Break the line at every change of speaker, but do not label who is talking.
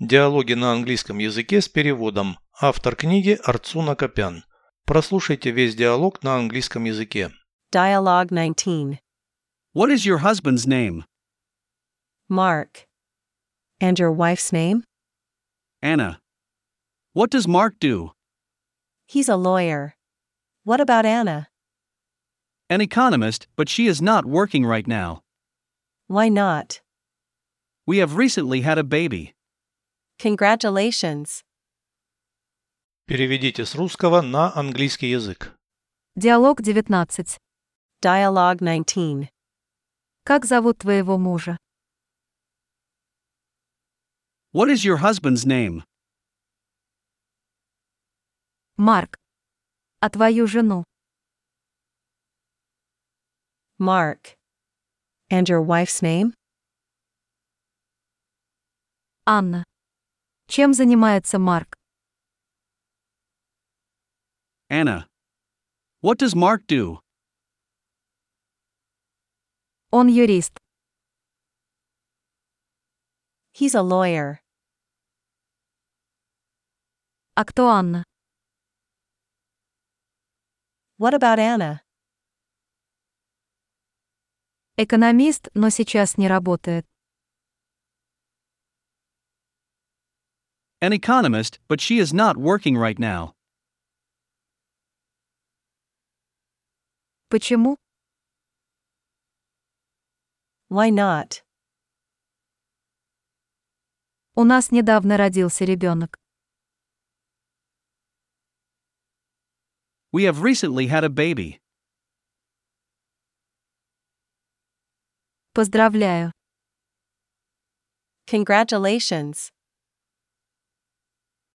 Диалоги на английском языке с переводом. Автор книги Арцуна Копян. Прослушайте весь диалог на английском языке.
Dialogue 19.
What is your husband's name?
Mark. And your wife's name?
Anna. What does Mark do?
He's a lawyer. What about Anna?
An economist, but she is not working right now.
Why not?
We have recently had a baby.
Congratulations.
Переведите с русского на английский язык.
Диалог 19.
Dialogue 19.
Как зовут твоего мужа?
What is your husband's name?
Марк. А твою жену?
Mark. And your wife's name?
Анна. Чем занимается Марк?
Anna. What does Mark do?
Он юрист.
He's a lawyer.
А кто Анна?
What about Anna?
Экономист, но сейчас не работает.
An economist, but she is not working right now.
Почему?
Why not?
У нас недавно родился ребенок.
We have recently had a baby.
Поздравляю.
Congratulations.